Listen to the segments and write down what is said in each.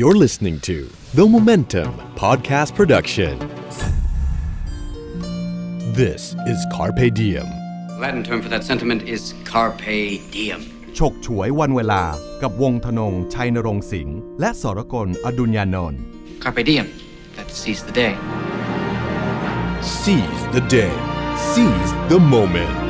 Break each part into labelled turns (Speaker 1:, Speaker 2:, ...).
Speaker 1: You're listening to The Momentum Podcast Production. This is Carpe Diem.
Speaker 2: Latin term for that sentiment is carpe diem.
Speaker 3: ฉกฉวยวันเวลากับวงธนง ชัยนรงค์สิงห์และสรกลอดุญญานนท์
Speaker 2: Carpe diem. That seize the day.
Speaker 1: Seize the day. Seize the moment.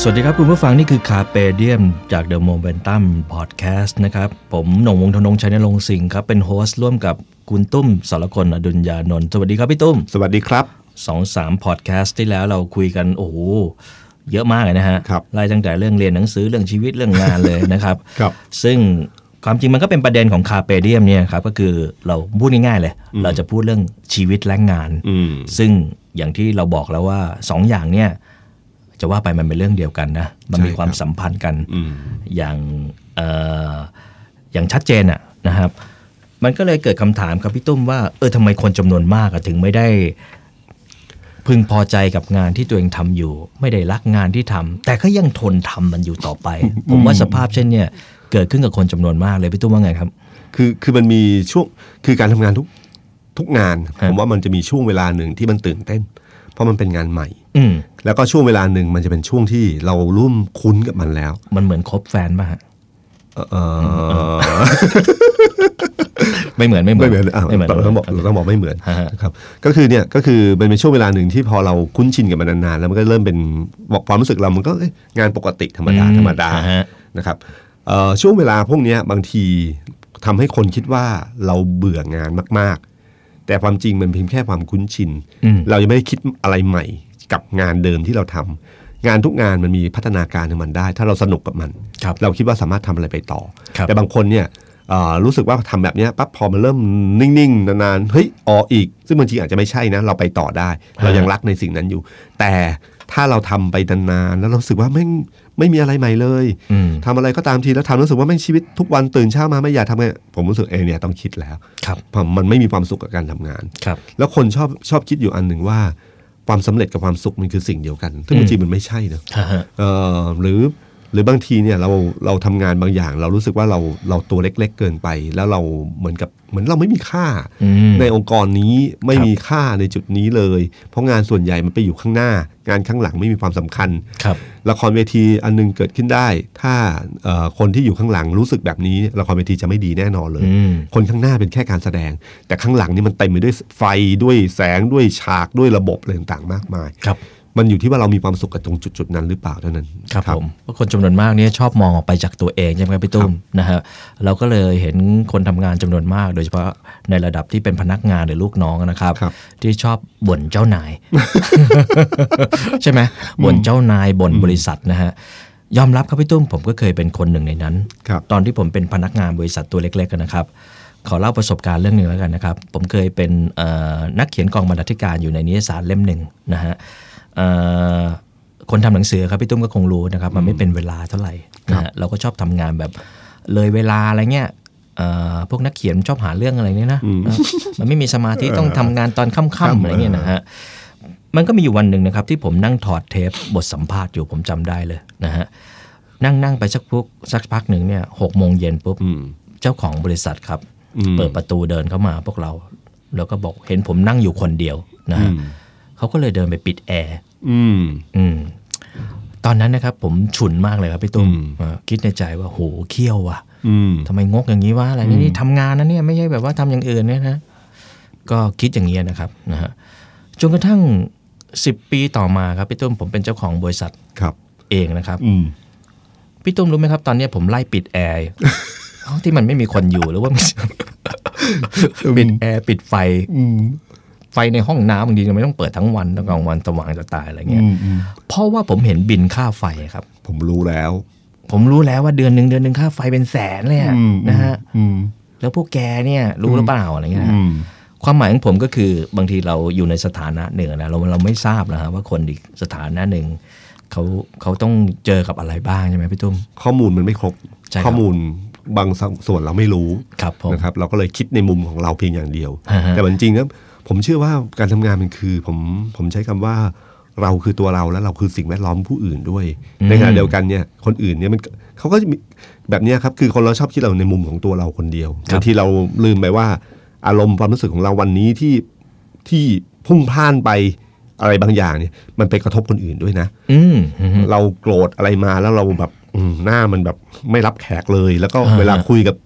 Speaker 4: สวัสดีครับ คุณผู้ฟังนี่คือคาเปเดียมจาก The Momentum Podcast นะครับ ผมหน่งวงธนงชัยนรงค์สิงห์ครับ เป็นโฮสต์ร่วมกับคุณตุ้มสารกลอดุลยานนท์สวัสดีครับพี่ตุ้ม
Speaker 5: สวัสดีครับ
Speaker 4: สองสามพอดแคสต์ที่แล้วเราคุยกัน โอ้โห เยอะมากเลยนะฮะ
Speaker 5: ครับ
Speaker 4: ไล่ตั้งแต่เรื่องเรียนหนังสือเรื่องชีวิตเรื่องงานเลยนะครับ
Speaker 5: ครับ
Speaker 4: ซึ่งความจริงมันก็เป็นประเด็นของคาเปเดียมเนี่ยครับก็คือเราพูดง่ายๆเลย เราจะพูดเรื่องชีวิตและงาน
Speaker 5: อืม
Speaker 4: ซึ่งอย่างที่เราบอกแล้วว่าสองอย่างเนี่ยจะว่าไปมันเป็นเรื่องเดียวกันนะ มันมีความสัมพันธ์กันอย่างเอ่ออย่างชัดเจนอะนะครับ มันก็เลยเกิดคำถามครับพี่ตุ้มว่าเออทำไมคนจำนวนมากอะถึงไม่ได้ พึงพอใจกับงานที่ตัวเองทำอยู่ ไม่ได้รักงานที่ทำแต่ก็ยังทนทำมันอยู่ต่อ ไป ผมว่าสภาพเช่นเนี่ยเกิดขึ้นกับคนจำนวนมากเลยพี่ตุ้มว่าไงครับ
Speaker 5: คือคือมันมีช่วงคือการทำงานทุกทุกงาน
Speaker 4: ครั
Speaker 5: ผ
Speaker 4: บ
Speaker 5: มว่ามันจะมีช่วงเวลาหนึ่งที่มันตื่นเต้น เพราะมันเป็นงานใหม่
Speaker 4: อืม
Speaker 5: แล้วก็ช่วงเวลาหนึ่งมันจะเป็นช่วงที่เรารุ่มคุ้นกับมันแล้ว
Speaker 4: มันเหมือนคบแฟนป่ะฮะ
Speaker 5: เออ
Speaker 4: ไม่เหมือนไม่เหมือน
Speaker 5: ไม่เหมือนอ่ะ
Speaker 4: ไม่เหมือน
Speaker 5: เราต้องบอกเราต้องบอกไม่เหมือน
Speaker 4: ฮะฮะ
Speaker 5: นะครับก็คือเนี่ยก็คือมันเป็นช่วงเวลาหนึ่งที่พอเราคุ้นชินกับมันนานๆแล้วมันก็เริ่มเป็นบอกความรู้สึกเรามันก็เอ้ยงานปกติธรรมดาธรรมดา
Speaker 4: อ่ฮะ
Speaker 5: นะครับเอ่อช่วงเวลาพวกเนี้ยบางทีทำให้คนคิดว่าเราเบื่องานมาก ๆ แต่ความจริงมันเพียงแค่ความคุ้นชิน
Speaker 4: อืม
Speaker 5: เรายังไม่ได้คิดอะไรใหม่กับงานเดิมที่เราทำงานทุกงานมันมีพัฒนาการของมันได้ ถ้าเราสนุกกับมัน
Speaker 4: ครับ
Speaker 5: เราคิดว่าสามารถทำอะไรไปต่อ
Speaker 4: ครับ
Speaker 5: แต่บางคนเนี่ยเอ่อรู้สึกว่าทำแบบเนี้ยปั๊บพอมันเริ่มนิ่งๆนานๆเฮ้ยอออีก ซึ่งบางทีอาจจะไม่ใช่นะ เราไปต่อได้ เรายังรักในสิ่งนั้นอยู่ แต่ถ้าเราทำไปนานๆแล้วเรารู้สึกว่าไม่งไม่มีอะไรใหม่เลย
Speaker 4: อืม
Speaker 5: ทำอะไรก็ตามทีแล้วทำรู้สึกว่าแม่งชีวิตทุกวันตื่นเช้ามาไม่อยากทำไงผมรู้สึกเอเนี่ยต้องคิดแล้ว
Speaker 4: ครับ
Speaker 5: ผมมันไม่มีความสุขกับการทำงาน
Speaker 4: ครับ
Speaker 5: แล้วคนชอบชอบคิดอยู่อันหนึ่งว่า ความสำเร็จกับความสุขมันคือสิ่งเดียวกันซึ่งบางทีมันไม่ใช่นะ เอ่อหรือหรือบางทีเนี่ยเราเราทำงานบางอย่าง เรารู้สึกว่าเราเราตัวเล็ก ๆ เกินไป แล้วเราเหมือนกับเหมือนเราไม่มีค่า
Speaker 4: อืม
Speaker 5: ในองค์กรนี้ไม่มีค่าในจุดนี้เลย เพราะงานส่วนใหญ่มันไปอยู่ข้างหน้า งานข้างหลังไม่มีความสำคัญ
Speaker 4: ครับ
Speaker 5: ละครเวทีอันหนึงเกิดขึ้นได้ ถ้าเอ่อคนที่อยู่ข้างหลังรู้สึกแบบนี้ละครเวทีจะไม่ดีแน่นอนเลย
Speaker 4: อืม
Speaker 5: คนข้างหน้าเป็นแค่การแสดง แต่ข้างหลังนี่มันเต็มไปด้วยไฟด้วยแสงด้วยฉากด้วยระบบอะไรต่างๆมากมาย
Speaker 4: ครับ
Speaker 5: มันอยู่ที่ว่าเรามีความสุขกับตรงจุดๆนั้นหรือเปล่าเท่านั้น
Speaker 4: ครับผมเพราะคนจำนวนมากเนี่ยชอบมองออกไปจากตัวเองใช่ไหมครับพี่ตุ้มนะฮะเราก็เลยเห็นคนทำงานจำนวนมาก โดยเฉพาะในระดับที่เป็นพนักงานหรือลูกน้องนะครับ
Speaker 5: ครับ
Speaker 4: ที่ชอบบ่นเจ้านาย ใช่ไหมบ่นเจ้านายบ่นบริษัทนะฮะยอมรับครับพี่ตุ้มผมก็เคยเป็นคนหนึ่งในนั้น
Speaker 5: ครับ
Speaker 4: ตอนที่ผมเป็นพนักงานบริษัทตัวเล็กๆกันนะครับ ขอเล่าประสบการณ์เรื่องหนึ่งแล้วกันนะครับ ผมเคยเป็นเอ่อนักเขียนกองบรรณาธิการอยู่ในนิยสารเล่มหนึ่งนะฮะเอ่อคนทำหนังสือครับพี่ตุ้มก็คงรู้นะครับ มันไม่เป็นเวลาเท่าไหร่นะฮะเราก็ชอบทำงานแบบเลยเวลาอะไรเงี้ยเอ่อพวกนักเขียนชอบหาเรื่องอะไรเนี่ยนะนะมันไม่มีสมาธิต้องทำงานตอนค่ำๆอะไรเงี้ยนะฮะ มันก็มีอยู่วันหนึ่งนะครับที่ผมนั่งถอดเทปบทสัมภาษณ์อยู่ผมจำได้เลยนะฮะนั่งนั่งไปสักพุกสักพักหนึ่งเนี่ยหกโมงเย็นปุ๊บเจ้าของบริษัทครับ
Speaker 5: อืม
Speaker 4: เปิดประตูเดินเข้ามาพวกเรา แล้วก็บอกเห็นผมนั่งอยู่คนเดียวนะฮะเขาก็เลยเดินไปปิดแอร์
Speaker 5: อืม
Speaker 4: อืมตอนนั้นนะครับผมฉุนมากเลยครับพี่ตุ้ม
Speaker 5: อืม
Speaker 4: เอ่อคิดในใจว่าโหเขี้ยวว่ะ
Speaker 5: อืม
Speaker 4: ทำไมงกอย่างนี้วะอะไรนี่นี่ทำงานนะเนี่ยไม่ใช่แบบว่าทำอย่างอื่นเนี่ยนะก็คิดอย่างนี้ยนะครับนะฮะจนกระทั่ง 10 ปีต่อมาครับพี่ตุ้มผมเป็นเจ้าของบริษัท
Speaker 5: ครับ
Speaker 4: เองนะครับ
Speaker 5: อืม
Speaker 4: พี่ตุ้มรู้ไหมครับตอนเนี้ยผมไล่ปิดแอร์ ห้องที่มันไม่มีคนอยู่หรือว่า มัน ปิดแอร์ปิดไฟไฟในห้องน้ำบางทียังไม่ต้องเปิดทั้งวันกลางวันสว่างจะตายอะไรเงี้ยเพราะว่าผมเห็นบินค่าไฟครับ
Speaker 5: ผมรู้แล้ว
Speaker 4: ผมรู้แล้วว่าเดือนหนึ่งเดือนหนึ่งค่าไฟเป็นแสนเลยอะ
Speaker 5: อืม
Speaker 4: นะฮะ
Speaker 5: อืม
Speaker 4: แล้วพวกแกเนี่ยรู้หรือเปล่าอะไรเงี้ยนะ
Speaker 5: อืม
Speaker 4: ความหมายของผมก็คือบางทีเราอยู่ในสถานะหนึ่งนะเราเราไม่ทราบนะฮะว่าคนอีกสถานะหนึ่งเขาเขาต้องเจอกับอะไรบ้างใช่ไหมพี่ตุ้ม
Speaker 5: ข้อมูลมันไม่ครบ
Speaker 4: ใช่ครับ
Speaker 5: ข้อมูลบางส่วนเราไม่รู้
Speaker 4: ครับผม
Speaker 5: นะครับ เราก็เลยคิดในมุมของเราเพียงอย่างเดียว
Speaker 4: ฮะฮะ
Speaker 5: แต่มันจริงครับผมเชื่อว่าการทำงานมันคือ ผมผมใช้คำว่า เราคือตัวเราและเราคือสิ่งแวดล้อมผู้อื่นด้วย
Speaker 4: อืม
Speaker 5: ในขณะเดียวกันเนี่ยคนอื่นเนี่ยมันเขาก็จะมีแบบเนี้ยครับคือคนเราชอบคิดเราในมุมของตัวเราคนเดียวบางทีเราลืมไปว่า อารมณ์ความรู้สึกของเราวันนี้ที่ที่พุ่งพล่านไปอะไรบางอย่างเนี่ยมันไปกระทบคนอื่นด้วยนะ
Speaker 4: อืมอืม
Speaker 5: เราโกรธอะไรมาแล้วเราแบบอืมหน้ามันแบบไม่รับแขกเลย แล้วก็
Speaker 4: อ่า
Speaker 5: เวลาคุยกับ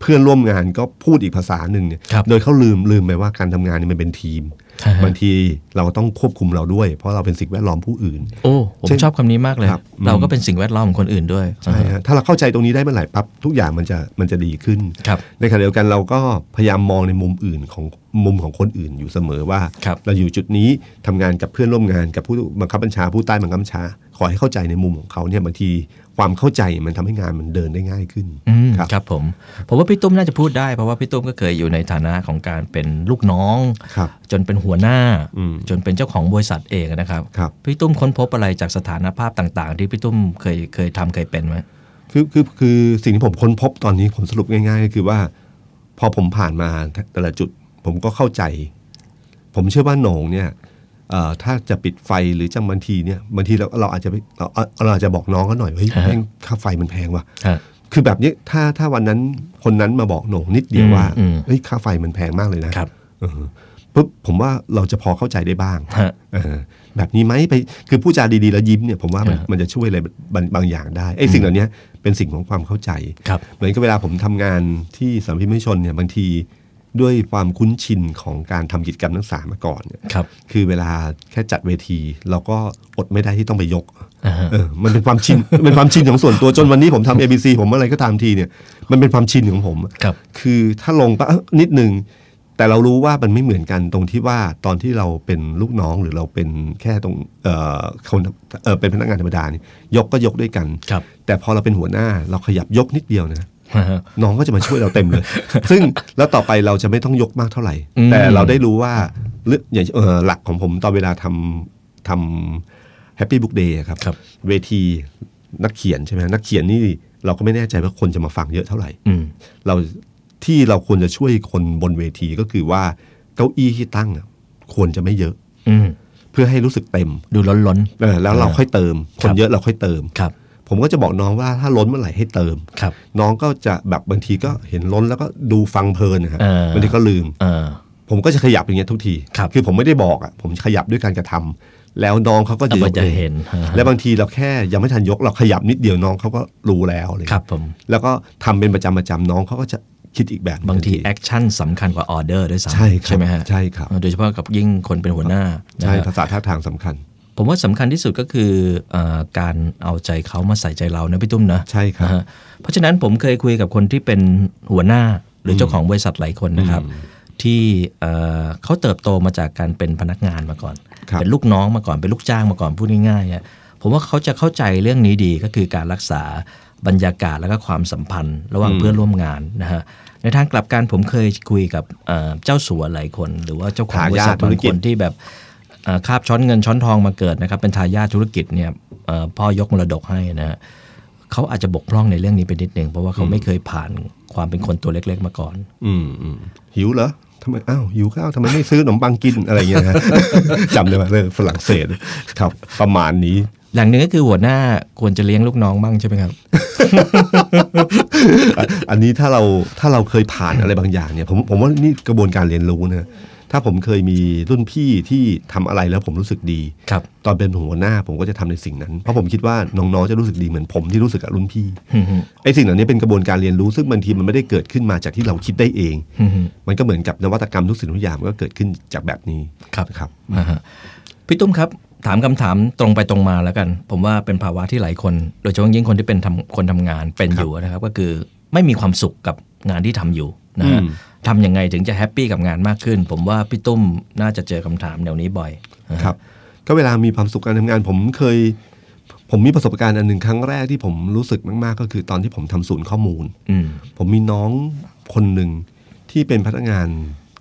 Speaker 5: เพื่อนร่วมงานก็พูดอีกภาษาหนึ่งเนี่ย
Speaker 4: ครับ
Speaker 5: โดยเขาลืมลืมไปว่าการทำงานนี่มันเป็นทีม
Speaker 4: อ่าฮะ
Speaker 5: บางทีเราต้องควบคุมเราด้วย เพราะเราเป็นสิ่งแวดล้อมผู้อื่น
Speaker 4: โอ้ผม
Speaker 5: เช่น
Speaker 4: ชอบคำนี้มากเลย
Speaker 5: ครับอืม
Speaker 4: เราก็เป็นสิ่งแวดล้อมของคนอื่นด้วย
Speaker 5: ใช่ฮะถ้าเราเข้าใจตรงนี้ได้เมื่อไหร่ปั๊บทุกอย่างมันจะมันจะดีขึ้น
Speaker 4: ครับ
Speaker 5: ในขณะเดียวกันเราก็พยายามมองในมุมอื่นของมุมของคนอื่นอยู่เสมอว่า
Speaker 4: ครับ
Speaker 5: เราอยู่จุดนี้ทำงานกับเพื่อนร่วมงานกับผู้บังคับบัญชาผู้ใต้บังคับบัญชา ขอให้เข้าใจในมุมของเขาเนี่ยบางทีความเข้าใจมันทำให้งานมันเดินได้ง่ายขึ้น
Speaker 4: อืม
Speaker 5: ครับ
Speaker 4: ครับผมผมว่าพี่ตุ้มน่าจะพูดได้ เพราะว่าพี่ตุ้มก็เคยอยู่ในฐานะของการเป็นลูกน้อง
Speaker 5: ครับ
Speaker 4: จนเป็นหัวหน้า
Speaker 5: อืม
Speaker 4: จนเป็นเจ้าของบริษัทเองนะครับ
Speaker 5: ครับ
Speaker 4: พี่ตุ้มค้นพบอะไรจากสถานภาพต่างๆ ที่พี่ตุ้มเคยเคยทำเคยเป็นไหม
Speaker 5: คือคือคือสิ่งที่ผมค้นพบตอนนี้ผมสรุปง่ายๆก็คือว่า พอผมผ่านมาแต่ละจุดผมก็เข้าใจ ผมเชื่อว่าโหนงเนี่ยเอ่อถ้าจะปิดไฟหรือจังบางทีเนี่ยบางทีเราเราอาจจะไปเราเราอาจจะบอกน้องก็หน่อยว่าเฮ้ย
Speaker 4: ฮะ
Speaker 5: แม่งค่าไฟมันแพงว่ะ
Speaker 4: ฮะ
Speaker 5: คือแบบนี้ถ้าถ้าวันนั้นคนนั้นมาบอกโหนงนิดเดียวว่า
Speaker 4: อืมอืม
Speaker 5: เฮ้ยค่าไฟมันแพงมากเลยนะครับ เออปุ๊บผมว่าเราจะพอเข้าใจได้บ้าง
Speaker 4: ฮะ
Speaker 5: เออแบบนี้ไหมไปคือพูดจาดีๆแล้วยิ้มเนี่ยผมว่ามัน
Speaker 4: ฮะ
Speaker 5: มันจะช่วยอะไรบางบางอย่างได้ไอ้สิ่งเหล่านี้เป็นสิ่งของความเข้าใจ
Speaker 4: ครับ
Speaker 5: เหมือนกับเวลาผมทำงานที่สำนัมพิมพ์ชนเนี่ยบางทีด้วยความคุ้นชินของการทำกิจกรรมนักศึกษามาก่อนเนี่ย
Speaker 4: ครับ
Speaker 5: คือเวลาแค่จัดเวที เราก็อดไม่ได้ที่ต้องไปยก
Speaker 4: อ่าฮะ
Speaker 5: เออมันเป็นความชิน เป็นความชินของส่วนตัวจนวันนี้ผมทำ ABC ผมอะไรก็ตามทีเนี่ย มันเป็นความชินของผม
Speaker 4: ครับ
Speaker 5: คือถ้าลงปะเอ้อนิดนึง แต่เรารู้ว่ามันไม่เหมือนกันตรงที่ว่าตอนที่เราเป็นลูกน้องหรือเราเป็นแค่ตรงเอ่อคนเอ่อเป็นพนักงานธรรมดานี่ยกก็ยกด้วยกัน
Speaker 4: ครับ
Speaker 5: แต่พอเราเป็นหัวหน้าเราขยับยกนิดเดียวนะ
Speaker 4: ฮะฮะ
Speaker 5: น้องก็จะมาช่วยเราเต็มเลย ซึ่งแล้วต่อไปเราจะไม่ต้องยกมากเท่าไหร่
Speaker 4: อืม
Speaker 5: แต่เราได้รู้ว่าหรืออย่างเอ่อหลักของผมตอนเวลาทำทำแฮปปี้บุ๊กเดย์ครับ
Speaker 4: ครับ
Speaker 5: เวทีนักเขียนใช่ไหมนักเขียนนี่เราก็ไม่แน่ใจว่าคนจะมาฟังเยอะเท่าไหร่
Speaker 4: อืม
Speaker 5: เราที่เราควรจะช่วยคนบนเวทีก็คือว่าเก้าอี้ที่ตั้งอะควรจะไม่เยอะ
Speaker 4: อืม
Speaker 5: เพื่อให้รู้สึกเต็ม
Speaker 4: ดูล้น
Speaker 5: เออแล้วเราค่อยเติม
Speaker 4: ค
Speaker 5: ครับ นเยอะเราค่อยเติม
Speaker 4: ๆ ครับ
Speaker 5: ผมก็จะบอกน้องว่าถ้าล้นเมื่อไหร่ให้เติม
Speaker 4: ครับ
Speaker 5: น้องก็จะแบบบางทีก็เห็นล้นแล้วก็ดูฟังเพลินนะครับ
Speaker 4: เออ
Speaker 5: บางทีก็ลืม
Speaker 4: เออ
Speaker 5: ผมก็จะขยับอย่างเงี้ยทุกที
Speaker 4: ครับ
Speaker 5: อผมไม่ได้บอกอ่ะผมขยับด้วยการกระทำแล้วน้องเขาก็
Speaker 4: แต่มันจะ
Speaker 5: ยกอง
Speaker 4: เห็นฮะ
Speaker 5: และบางทีเราแค่ยังไม่ทันยกเราขยับนิดเดียวน้องเขาก็รู้แล้วเลย
Speaker 4: ครับผม
Speaker 5: แล้วก็ทำเป็นประจำประจำน้องเขาก็จะคิดอีกแบบหนึ่
Speaker 4: บางที
Speaker 5: ทัน
Speaker 4: แอคชั่นสำคัญกว่าออเดอร์ด้วยซ้ำ
Speaker 5: ใช่ครับ
Speaker 4: ไหมฮะ
Speaker 5: ใช่ครับ
Speaker 4: โดยเฉพาะกับยิ่งคนเป็นหัวหน้านะ
Speaker 5: ใช่
Speaker 4: ฮะ
Speaker 5: ภาษาท่าทางสำคัญ
Speaker 4: ผมว่าสำคัญที่สุดก็คือเออการเอาใจเขามาใส่ใจเรานะพี่ตุ้มนะ
Speaker 5: ใช่ครับ
Speaker 4: นะฮะเพราะฉะนั้นผมเคยคุยกับคนที่เป็นหัวหน้าหรือเจ้าของบริษัทหลายคนนะครับ ที่เอ่อเขาเติบโตมาจากการเป็นพนักงานมาก่อน
Speaker 5: ครับ
Speaker 4: เป็นลูกน้องมาก่อนเป็นลูกจ้างมาก่อนพูดง่ายๆอะผมว่าเขาจะเข้าใจเรื่องนี้ดีก็คือการรักษาบรรยากาศและก็ความสัมพันธ์ ระหว่างเพื่อนร่วมงานนะฮะในทางกลับกันผมเคยคุยกับเอ่อเจ้าสัวหลายคน หรือว่าเจ้าของบริษัทบางคน ที่แบบเอ่อคาบช้อนเงินช้อนทองมาเกิดนะครับ เป็นทายาทธุรกิจเนี่ยเอ่อพ่อยกมรดกให้นะฮะเขาอาจจะบกพร่องในเรื่องนี้ไปนิดหนึ่งเพราะว่าเขาไม่เคยผ่านความเป็นคนตัวเล็กๆมาก่อน
Speaker 5: อืมอืมหิวเหรอทำไมอ้าวหิวข้าวทำไมไม่ซื้อขนมปังกินอะไรอย่างเงี้ยฮะ จำได้ไหมเรื่องฝรั่งเศสครับประมาณนี้
Speaker 4: อย่างหนึ่งก็คือหัวหน้าควรจะเลี้ยงลูกน้องบ้างใช่ไหมครับ
Speaker 5: อ่ะ อันนี้ถ้าเราถ้าเราเคยผ่านอะไรบางอย่างเนี่ยผมผมว่านี่กระบวนการเรียนรู้นะถ้าผมเคยมีรุ่นพี่ที่ทำอะไรแล้วผมรู้สึกดี
Speaker 4: ครับ
Speaker 5: ตอนเป็นหัวหน้าผมก็จะทำในสิ่งนั้น เพราะผมคิดว่าน้องๆจะรู้สึกดีเหมือนผมที่รู้สึกกับรุ่นพี่ไอ้สิ่งเหล่านี้เป็นกระบวนการเรียนรู้ซึ่งบางทีมันไม่ได้เกิดขึ้นมาจากที่เราคิดได้เอง มันก็เหมือนกับนวัตกรรมทุกสิ่งทุกอย่างมันก็เกิดขึ้นจากแบบนี้
Speaker 4: ครับ
Speaker 5: ครับ
Speaker 4: อ่าฮะพี่ตุ้มครับ ถามคำถามตรงไปตรงมาแล้วกัน ผมว่าเป็นภาวะที่หลายคน โดยเฉพาะยิ่งคนที่เป็นทำคนทำงานเป็นอยู่นะครับ ก็คือไม่มีความสุขกับงานที่ทำอยู่นะฮะ
Speaker 5: อืม
Speaker 4: ทำยังไงถึงจะแฮปปี้กับงานมากขึ้น ผมว่าพี่ตุ้มน่าจะเจอคำถามแนวนี้บ่อยนะฮะ
Speaker 5: ครับก็เวลามีความสุขการทำงาน ผมเคย ผมมีประสบการณ์อันหนึ่งครั้งแรกที่ผมรู้สึกมากๆ ก็คือตอนที่ผมทำศูนย์ข้อมูล
Speaker 4: อืม
Speaker 5: ผมมีน้องคนหนึ่งที่เป็นพนักงาน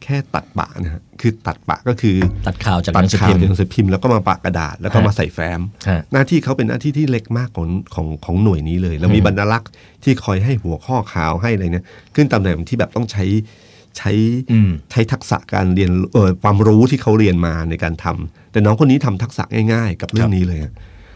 Speaker 5: แค่ตัดปะนะฮะคือตัดปะก็คือ
Speaker 4: ตัดข่าวจากห
Speaker 5: ตัด
Speaker 4: นังสือ
Speaker 5: ข่าว
Speaker 4: พิมพ์
Speaker 5: จากหนังสือพิมพ์แล้วก็มาปะกระดาษแล้วก็มา
Speaker 4: ฮะ
Speaker 5: ใส่แฟ้ม
Speaker 4: ฮะ
Speaker 5: หน้าที่เขาเป็นหน้าที่ที่เล็กมากของของของหน่วยนี้เลย แล้วมีบรรลักษ์ที่คอยให้หัวข้อข่าวให้อะไรเนี่ยขึ้นตำแหน่งที่แบบต้องใช้ ใช้
Speaker 4: อืม
Speaker 5: ใช้ทักษะการเรียนเออความรู้ที่เขาเรียนมาในการทำแต่น้องคนนี้ทำทักษะง่ายๆ กับเรื่องนี้เลยอะ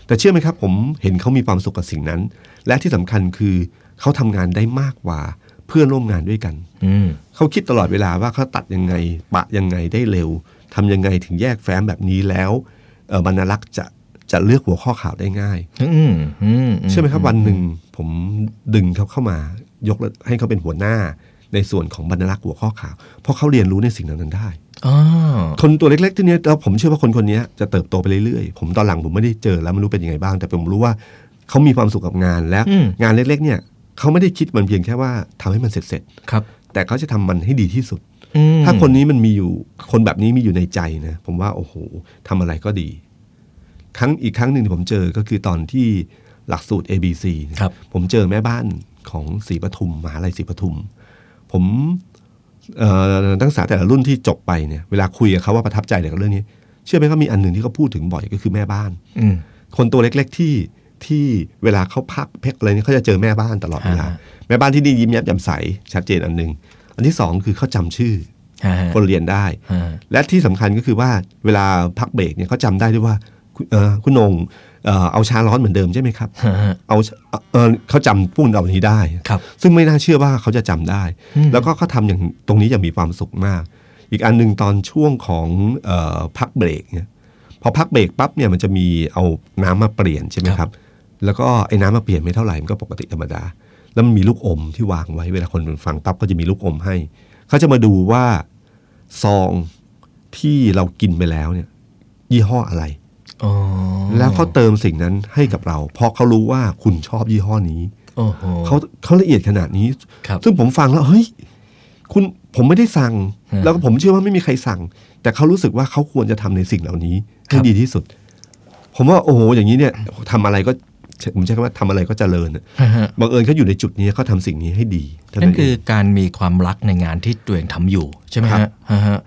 Speaker 5: แต่เชื่อไหมครับ ผมเห็นเขามีความสุขกับสิ่งนั้น และที่สำคัญคือเขาทำงานได้มากกว่าเพื่อนร่วมงานด้วยกัน
Speaker 4: อืม
Speaker 5: เขาคิดตลอดเวลาว่าเขาตัดยังไง ปะยังไงได้เร็วทำยังไงถึงแยกแฟ้มแบบนี้แล้วเอ่อบรรณารักษ์จะจะเลือกหัวข้อข่าวได้ง่าย
Speaker 4: อืมอืมอืม
Speaker 5: เชื่อไหมครับวันหนึ่งผมดึงเขาเข้ามายกระให้เขาเป็นหัวหน้าในส่วนของบรรณารักษ์หัวข้อข่าว เพราะเขาเรียนรู้ในสิ่งเหล่านั้นได้
Speaker 4: อ๋อ
Speaker 5: คนตัวเล็กๆที่เนี้ยแล้วผมเชื่อว่าคนคนเนี้ยจะเติบโตไปเรื่อยๆ ผมตอนหลังผมไม่ได้เจอแล้วไม่รู้เป็นยังไงบ้าง แต่ผมรู้ว่าเขามีความสุขกับงานและงานเล็กๆเนี่ยเขาไม่ได้คิดมันเพียงแค่ว่าทำให้มันเสร็จ
Speaker 4: ครับ
Speaker 5: ๆแต่เขาจะทำมันให้ดีที่สุด
Speaker 4: อืม
Speaker 5: ถ้าคนนี้มันมีอยู่คนแบบนี้มีอยู่ในใจนะผมว่าโอ้โหทำอะไรก็ดี ครั้งอีกครั้งหนึ่งที่ผมเจอก็คือตอนที่หลักสูตร ABC เนี่ย
Speaker 4: ครับ
Speaker 5: ผมเจอแม่บ้านของศรีปทุมมหาลัยศรีปทุม ผมเอ่อนักศึกษาแต่ละรุ่นที่จบไปเนี่ยเวลาคุยกับเขาว่าประทับใจอะไรกับเรื่องนี้ เชื่อไหมเขามีอันหนึ่งที่เขาพูดถึงบ่อยก็คือแม่บ้าน
Speaker 4: อืม
Speaker 5: คนตัวเล็กๆที่ที่เวลาเขาพักเพกอะไรเนี่ยเขาจะเจอแม่บ้านตลอดเวลา
Speaker 4: อ่า
Speaker 5: แม่บ้านที่นี่ยิ้มแย้มแจ่มใสชัดเจนอันหนึ่งอันที่สองคือเขาจำชื่อ
Speaker 4: ฮะฮะ
Speaker 5: คนเรียนได้
Speaker 4: ฮะฮะ
Speaker 5: และที่สำคัญก็คือว่าเวลาพักเบรกเนี่ยเขาจำได้ด้วยว่าคุณเอ่อคุณนงเอ่อเอาชาร้อนเหมือนเดิมใช่ไหมครับ
Speaker 4: ฮะฮะ
Speaker 5: เอาเอ่อเขาจำพวกเหล่านี้ได้
Speaker 4: ครับ
Speaker 5: ซึ่งไม่น่าเชื่อว่าเขาจะจำได้ แล้วก็เขาทำอย่างตรงนี้อย่างมีความสุขมาก อีกอันหนึ่งตอนช่วงของเอ่อพักเบรกเนี่ยพอพักเบรกปั๊บเนี่ยมันจะมีเอาน้ำมาเปลี่ยนใช่ไหมครับ แล้วก็ไอ้น้ำมาเปลี่ยนไม่เท่าไหร่มันก็ปกติธรรมดา แล้วมันมีลูกอมที่วางไว้เวลาคนฟังปั๊บก็จะมีลูกอมให้ เขาจะมาดูว่าซองที่เรากินไปแล้วเนี่ยยี่ห้ออะไร
Speaker 4: อ๋อ
Speaker 5: แล้วเขาเติมสิ่งนั้นให้กับเรา เพราะเขารู้ว่าคุณชอบยี่ห้อนี้
Speaker 4: โอ้โห
Speaker 5: เขาเขาละเอียดขนาดนี้
Speaker 4: ครับ
Speaker 5: ซึ่งผมฟังแล้วเฮ้ยคุณผมไม่ได้สั่ง
Speaker 4: ฮะ
Speaker 5: แล้วก็ผมเชื่อว่าไม่มีใครสั่ง แต่เขารู้สึกว่าเขาควรจะทำในสิ่งเหล่านี้
Speaker 4: ครั
Speaker 5: ให้
Speaker 4: บ
Speaker 5: ดีที่สุด ผมว่าโอ้โหอย่างนี้เนี่ยทำอะไรก็ผมใช้คำว่าทำอะไรก็เจริญอะ
Speaker 4: ฮะฮะ
Speaker 5: บังเอิญเขาอยู่ในจุดนี้เขาทำสิ่งนี้ให้ดีเท่า
Speaker 4: นั่น
Speaker 5: เง
Speaker 4: คือการมีความรักในงานที่ตัวเองทำอยู่ใช่ไหม
Speaker 5: ครับ
Speaker 4: ฮะฮะฮะ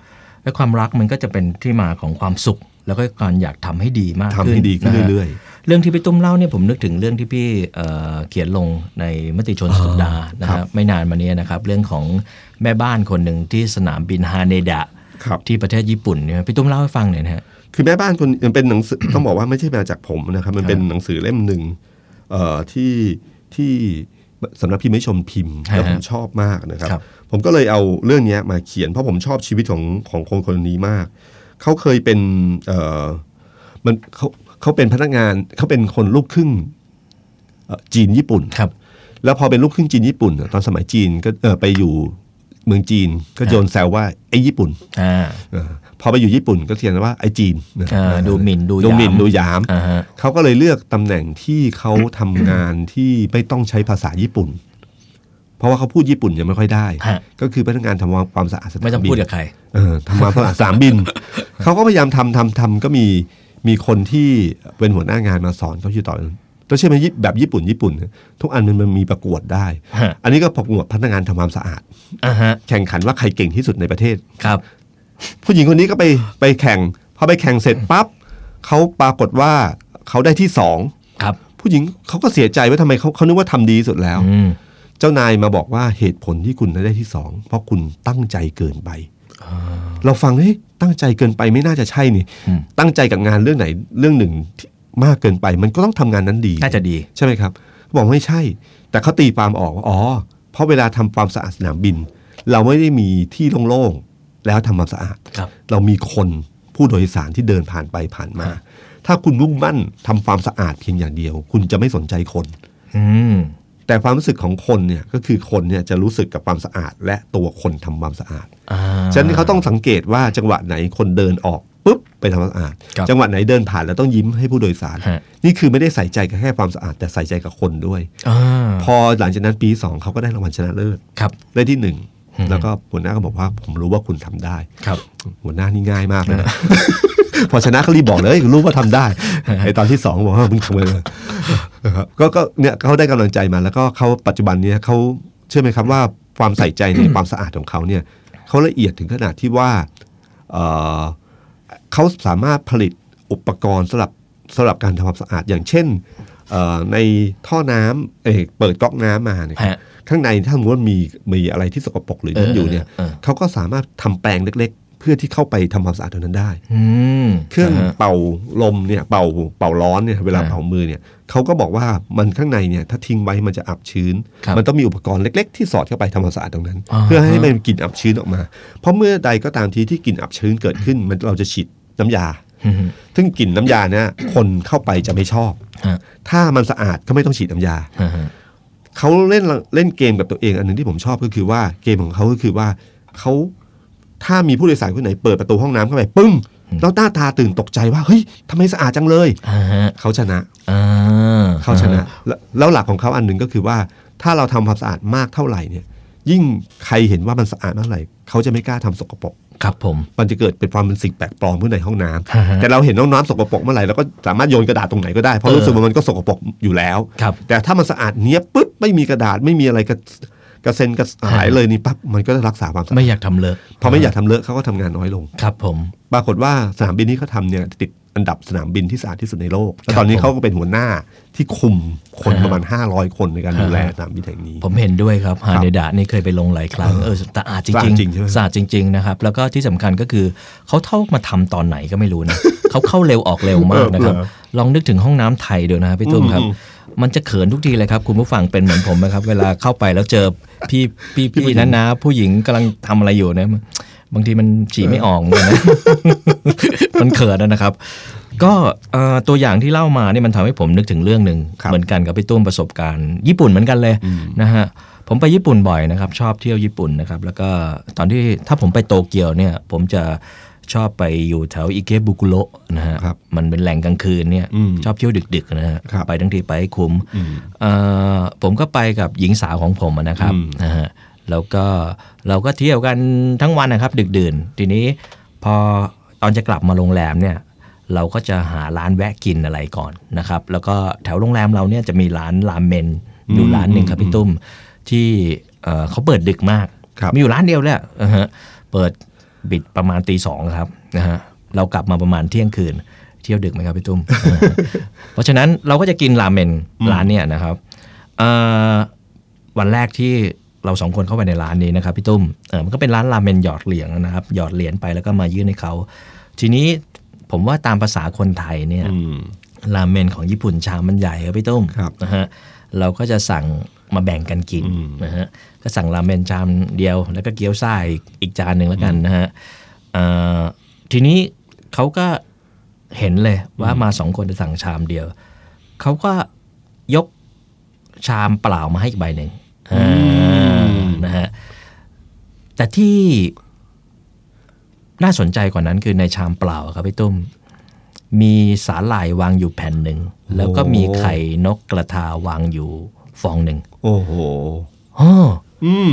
Speaker 4: และความรักมันก็จะเป็นที่มาของความสุข แล้วก็การอยากทำให้ดีมาก
Speaker 5: ทำ
Speaker 4: ขึ้น
Speaker 5: ให้ดีขึ้นะ
Speaker 4: ฮะ
Speaker 5: เรื่อย
Speaker 4: เรื่องที่พี่ตุ้มเล่าเนี่ยผมนึกถึงเรื่องที่พี่เอ่อเขียนลงในมติชนสุดาห์นะครับไม่นานมาเนี้ยนะครับ เรื่องของแม่บ้านคนหนึ่งที่สนามบินฮาเนดะ
Speaker 5: ครับ
Speaker 4: ที่ประเทศญี่ปุ่นเนี่ยพี่ตุ้มเล่าให้ฟังหน่อยนะฮะ
Speaker 5: ๆ คือแม่บ้านคนมันเป็นหนังสื อ ต้องบอกว่าไม่ใช่มาจากผมนะครับ มันเป็นหนังสือเล่มหนึ่งเอ่อที่ที่สำนักพิมพ์ไม่ชมพิมพ์แล้วผม
Speaker 4: ฮะ
Speaker 5: ชอบมากนะครับ
Speaker 4: ครับ
Speaker 5: ผมก็เลยเอาเรื่องเนี้ยมาเขียนเพราะผมชอบชีวิตของของคนคนนี้มาก เขาเคยเป็นเออมันเขาเขาเป็นพนักงานเขาเป็นคนลูกครึ่งเอ่อจีนญี่ปุ่น
Speaker 4: ครับ
Speaker 5: แล้วพอเป็นลูกครึ่งจีนญี่ปุ่นน่ะตอนสมัยจีนก็เออไปอยู่เมืองจีนก็โยนแซวว่าไอ้ญี่ปุ่น
Speaker 4: อ่า
Speaker 5: เออพอไปอยู่ญี่ปุ่นก็เขียนว่าไอ้จีนนะ
Speaker 4: อ่าดูหมิ่นดูหยาม
Speaker 5: ดูหมิ่นดูหยาม
Speaker 4: อ่าฮะ
Speaker 5: เขาก็เลยเลือกตำแหน่งที่ เขาทำงานที่ไม่ต้องใช้ภาษาญี่ปุ่น เพราะว่าเขาพูดญี่ปุ่นยังไม่ค่อยได้ ก็คือพนักงานทำความสะอาดสนามบิน
Speaker 4: ไม่ต้องพูดกับใคร
Speaker 5: เออทำมาตลาดสนามบิน เขาก็พยายามทำทำทำก็มีมีคนที่เป็นหัวหน้างานมาสอนเขาอยู่ต่อตัวเชื่อไหมยิปแบบญี่ปุ่นญี่ปุ่นเนี่ยทุกอันมันมันมีประกวดได้
Speaker 4: ฮะ
Speaker 5: อันนี้ก็ประกวดพนักงานทำความสะอาด
Speaker 4: อ่าฮะ
Speaker 5: แข่งขันว่าใครเก่งที่สุดในประเทศ
Speaker 4: ครับ
Speaker 5: ผู้หญิงคนนี้ก็ไปไปแข่งพอไปแข่งเสร็จปั๊บเขาปรากฏว่าเขาได้ที่สอง
Speaker 4: ครับ
Speaker 5: ผู้หญิงเขาก็เสียใจว่าทำไมเขาเขานึกว่าทำดีที่สุดแล้ว
Speaker 4: อืม
Speaker 5: เจ้านายมาบอกว่าเหตุผลที่คุณได้ที่สองเพราะคุณตั้งใจเกินไป เราฟังเฮ้ยตั้งใจเกินไปไม่น่าจะใช่นี่ ตั้งใจกับงานเรื่องไหนเรื่องหนึ่งที่มากเกินไป มันก็ต้องทำงานนั้นดี
Speaker 4: น่าจะดี
Speaker 5: ใช่ไหมครับบอกไม่ใช่ แต่เขาตีความออกว่าอ๋อ เพราะเวลาทำความสะอาดสนามบิน เราไม่ได้มีที่โล่งๆแล้วทำความสะอาด
Speaker 4: ครับ
Speaker 5: เรามีคนผู้โดยสารที่เดินผ่านไปผ่านมา ถ้าคุณมุ่งมั่นทำความสะอาดเพียงอย่างเดียว คุณจะไม่สนใจคน
Speaker 4: อืม
Speaker 5: แต่ความรู้สึกของคนเนี่ยก็คือคนเนี่ยจะรู้สึกกับความสะอาด และตัวคนทำความสะอาด
Speaker 4: อ่า
Speaker 5: ฉะนั้นเขาต้องสังเกตว่าจังหวะไหนคนเดินออกปุ๊บไปทำความสะอาด
Speaker 4: ครับ
Speaker 5: จังหวะไหนเดินผ่านแล้วต้องยิ้มให้ผู้โดยสาร
Speaker 4: ฮะ
Speaker 5: นี่คือไม่ได้ใส่ใจกับแค่ความสะอาด แต่ใส่ใจกับคนด้วย
Speaker 4: อ่า
Speaker 5: พอหลังจากนั้นปีสองเขาก็ได้รางวัลชนะเลิศ
Speaker 4: ครับ
Speaker 5: ได้ที่หนึ่งแล้วก็หัวหน้าก็บอกว่าผมรู้ว่าคุณทำได้
Speaker 4: ครับ
Speaker 5: หัวหน้านี่ง่ายมากเลยนะ พอชนะเขารีบบอกเลยเอ้ยรู้ว่าทำได้ ไอตอนที่สองบอกว่ามึงทำไปเลยนะครับก็ก็เนี่ยเขาได้กำลังใจมาแล้วก็เขาปัจจุบันเนี้ยเขาเชื่อไหมครับว่าความใส่ใจ ใน ความสะอาดของเขาเนี่ยเขาละเอียดถึงขนาดที่ว่าเอ่อเขาสามารถผลิตอุปกรณ์สำหรับสำหรับการทำความสะอาดอย่างเช่น เอ่อในท่อน้ำเอกเปิดก๊อกน้ำมาเนี่ย
Speaker 4: ฮะ
Speaker 5: ข้างในถ้าสมมติว่ามีมีอะไรที่สกปรกหรือนั้นอยู่เนี่ย
Speaker 4: เออเออ
Speaker 5: เขาก็สามารถทำแปลงเล็ก ๆ เพื่อที่เข้าไปทำความสะอาดตรงนั้นได้
Speaker 4: อืม
Speaker 5: เครื่อง
Speaker 4: นะฮะ
Speaker 5: เป่าลมเนี่ยเป่าเป่าร้อนเนี่ยเวลา
Speaker 4: อ่า
Speaker 5: เป่ามือเนี่ยเขาก็บอกว่ามันข้างในเนี่ยถ้าทิ้งไว้มันจะอับชื้น
Speaker 4: ครับ
Speaker 5: มันต้องมีอุปกรณ์เล็ก ๆ ที่สอดเข้าไปทำความสะอาดตรงนั้น
Speaker 4: อ่าฮะ
Speaker 5: เพื่อให้มันกลิ่นอับชื้นออกมา เพราะเมื่อใดก็ตามทีที่กลิ่นอับชื้นเกิดขึ้น มันเราจะฉีดน้ำยา
Speaker 4: อืม
Speaker 5: ซึ่งกลิ่นน้ำยาเนี่ยคนเข้าไปจะไม่ชอบ
Speaker 4: ฮะ
Speaker 5: ถ้ามันสะอาดก็ไม่ต้องฉีดน้ำยา
Speaker 4: ฮะฮะ
Speaker 5: เขาเล่นเล่นเกมกับตัวเองอันหนึ่งที่ผมชอบก็คือว่าเกมของเขาก็คือว่าเขาถ้ามีผู้โดยสารคนไหนเปิดประตูห้องน้ำเข้าไปปึ้งแล้วหน้าตาตื่นตกใจว่าเฮ้ยทำไมสะอาดจังเลย
Speaker 4: อ่าฮะ
Speaker 5: เขาชนะ
Speaker 4: อ่า
Speaker 5: เขาชนะแล้วแล้วหลักของเขาอันหนึ่งก็คือว่าถ้าเราทำความสะอาดมากเท่าไหร่เนี่ย ยิ่งใครเห็นว่ามันสะอาดมากเท่าไหร่เขาจะไม่กล้าทำสกปรก
Speaker 4: ครับผม
Speaker 5: มันจะเกิดเป็นความเป็นสิ่งแปลกปลอมขึ้นในห้องน้ำ
Speaker 4: ฮะฮะ
Speaker 5: แต่เราเห็นน้องน้ำสกปรกเมื่อไหร่เราก็สามารถโยนกระดาษตรงไหนก็ได้เพราะรู้สึกว่ามันก็สกปรกอยู่แล้ว
Speaker 4: ครับ
Speaker 5: แต่ถ้ามันสะอาดเนี้ยบปุ๊บไม่มีกระดาษไม่มีอะไรกระกระเซ็นกระสายเลยนี่ปั๊บมันก็จะรักษาความสะอา
Speaker 4: ไม่
Speaker 5: ด
Speaker 4: อยากทำเลิก
Speaker 5: พอไม่อยากทำเลอะเขาก็ทำงานน้อยลง
Speaker 4: ครับผม
Speaker 5: ปรากฏว่าสนามบินที่เขาทำเนี่ยติดอันดับสนามบินที่สะอาดที่สุดในโลกแล้ว
Speaker 4: ครับ
Speaker 5: ตอนนี้
Speaker 4: ผม
Speaker 5: เขาก็เป็นหัวหน้าที่คุมคน
Speaker 4: ฮะ
Speaker 5: ประมาณ 500 คนในการดูแลสนามบินแห่งนี้
Speaker 4: ผมเห็นด้วยครับฮา
Speaker 5: ครับ
Speaker 4: เนดานี่เคยไปลงหลายครั้งเออสะอาดจริง
Speaker 5: สะอาดจริงใช่ไหม
Speaker 4: สะอาดจริง ๆ นะครับ แล้วก็ที่สำคัญก็คือเขาเข้ามาทำตอนไหนก็ไม่รู้นะ เขาเข้าเร็วออกเร็วมากนะครับ ลองนึกถึงห้องน้ำไทยดูนะครับพี่ตุ้มครับ มันจะเขินทุกทีเลยครับ คุณผู้ฟังเป็นเหมือนผมไหมครับ เวลาเข้าไปแล้วเจอพี่พี่พี่นะนะผู้หญิงกำลังทำอะไรอยู่นะบางทีมันฉี่ไม่ออกเลยนะ มันเขินนะครับ ก็เอ่อตัวอย่างที่เล่ามาเนี่ยมันทำให้ผมนึกถึงเรื่องหนึ่ง
Speaker 5: ครับ
Speaker 4: เหมือนกันกับพี่ตุ้มประสบการณ์ ญี่ปุ่นเหมือนกันเลยนะฮะผมไปญี่ปุ่นบ่อยนะครับ ชอบเที่ยวญี่ปุ่นนะครับ แล้วก็ตอนที่ถ้าผมไปโตเกียวเนี่ย ผมจะชอบไปอยู่แถวอิเกบุกุโระนะฮะ
Speaker 5: ครับ
Speaker 4: มันเป็นแหล่งกลางคืนเนี่ยชอบเที่ยวดึกๆนะฮะ
Speaker 5: ครับ
Speaker 4: ไปทั้งทีไปให้คุ้มเอ่อผมก็ไปกับหญิงสาวของผมอะนะครับนะฮะแล้วก็เราก็เที่ยวกันทั้งวันนะครับ ดึกดื่น ทีนี้พอตอนจะกลับมาโรงแรมเนี่ย เราก็จะหาร้านแวะกินอะไรก่อนนะครับ แล้วก็แถวโรงแรมเราเนี่ยจะมีร้านรามเมนอยู่ร้านหนึ่งครับพี่ตุ้มที่เอ่อเขาเปิดดึกมาก
Speaker 5: ครับ
Speaker 4: มีอยู่ร้านเดียวแหละอ่าฮะเปิดบิดประมาณตีสองครับนะฮะเรากลับมาประมาณเที่ยงคืน เที่ยวดึกไหมครับพี่ตุ้ม อ่าฮะเพราะฉะนั้นเราก็จะกินรามเมนร้านเนี่ยนะครับเอ่อวันแรกที่เราสองคนเข้าไปในร้านนี้นะครับพี่ตุ้มเอ่อมันก็เป็นร้านรามเมนหยอดเหรียญนะครับ หยอดเหรียญไปแล้วก็มายื่นให้เขา ทีนี้ผมว่าตามภาษาคนไทยเนี่ย
Speaker 5: อืม
Speaker 4: ราเมนของญี่ปุ่นชามมันใหญ่ครับพี่ตุ้ม
Speaker 5: ครับ
Speaker 4: นะฮะเราก็จะสั่งมาแบ่งกันกินนะฮะก็สั่งราเมนชามเดียว แล้วก็เกี๊ยวซ่าอีกอีกจานหนึ่งแล้วกันนะฮะเอ่อทีนี้เขาก็เห็นเลยว่ามาสองคนจะสั่งชามเดียว เขาก็ยกชามเปล่ามาให้อีกใบหนึ่งอ่านะฮะแต่ที่น่าสนใจกว่านั้นคือในชามเปล่าอะครับพี่ตุ้ม มีสาหร่ายวางอยู่แผ่นหนึ่ง แล้วก็มี
Speaker 5: โอ้
Speaker 4: ไข่นกกระทาวางอยู่ฟองหนึ่ง
Speaker 5: โอ้โห
Speaker 4: อ้อ
Speaker 5: อืม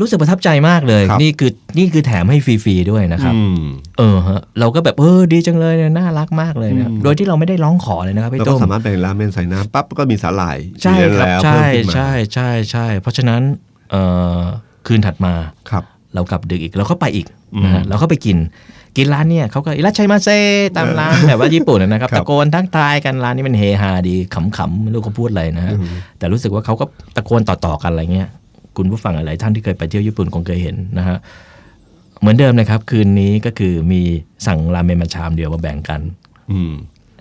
Speaker 4: รู้สึกประทับใจมากเลย
Speaker 5: ครับ
Speaker 4: นี่คือนี่คือแถมให้ฟรีๆด้วยนะครับ
Speaker 5: อืม
Speaker 4: เออฮะเราก็แบบเออดีจังเลยเนี่ยน่ารักมากเลยนะโดยที่เราไม่ได้ร้องขอเลยนะครับพี่
Speaker 5: แล้วก็
Speaker 4: ตุ้ม
Speaker 5: สามารถแบ่งราเมนใส่น้ำปั๊บก็มีสาหร่าย
Speaker 4: ใช่
Speaker 5: อยู่
Speaker 4: ครับ
Speaker 5: แล้ว
Speaker 4: ใช่
Speaker 5: เพิ่มขึ้นมา
Speaker 4: ใช่ใช่ใช่เพราะฉะนั้นเออคืนถัดมา
Speaker 5: ครับ
Speaker 4: เรากลับดึกอีกเราก็ไปอีกนะฮะเราก็ไปกิน กินร้านเนี่ยเขาก็อิรัชชัยมาเซตาม ร้านแบบว่าญี่ปุ่นนะนะครับตะโกนทักทายกันร้านนี้มันเฮฮาดีขำๆไม่รู้เขาพูดอะไรนะฮะแต่รู้สึกว่าเขาก็ตะโกนต่อๆกันอะไรเงี้ยคุณผู้ฟังหลายๆท่านที่เคยไปเที่ยวญี่ปุ่นคงเคยเห็นนะฮะเหมือนเดิมนะครับ คืนนี้ก็คือมีสั่งราเมนมาชามเดียวมาแบ่งกัน
Speaker 5: อืม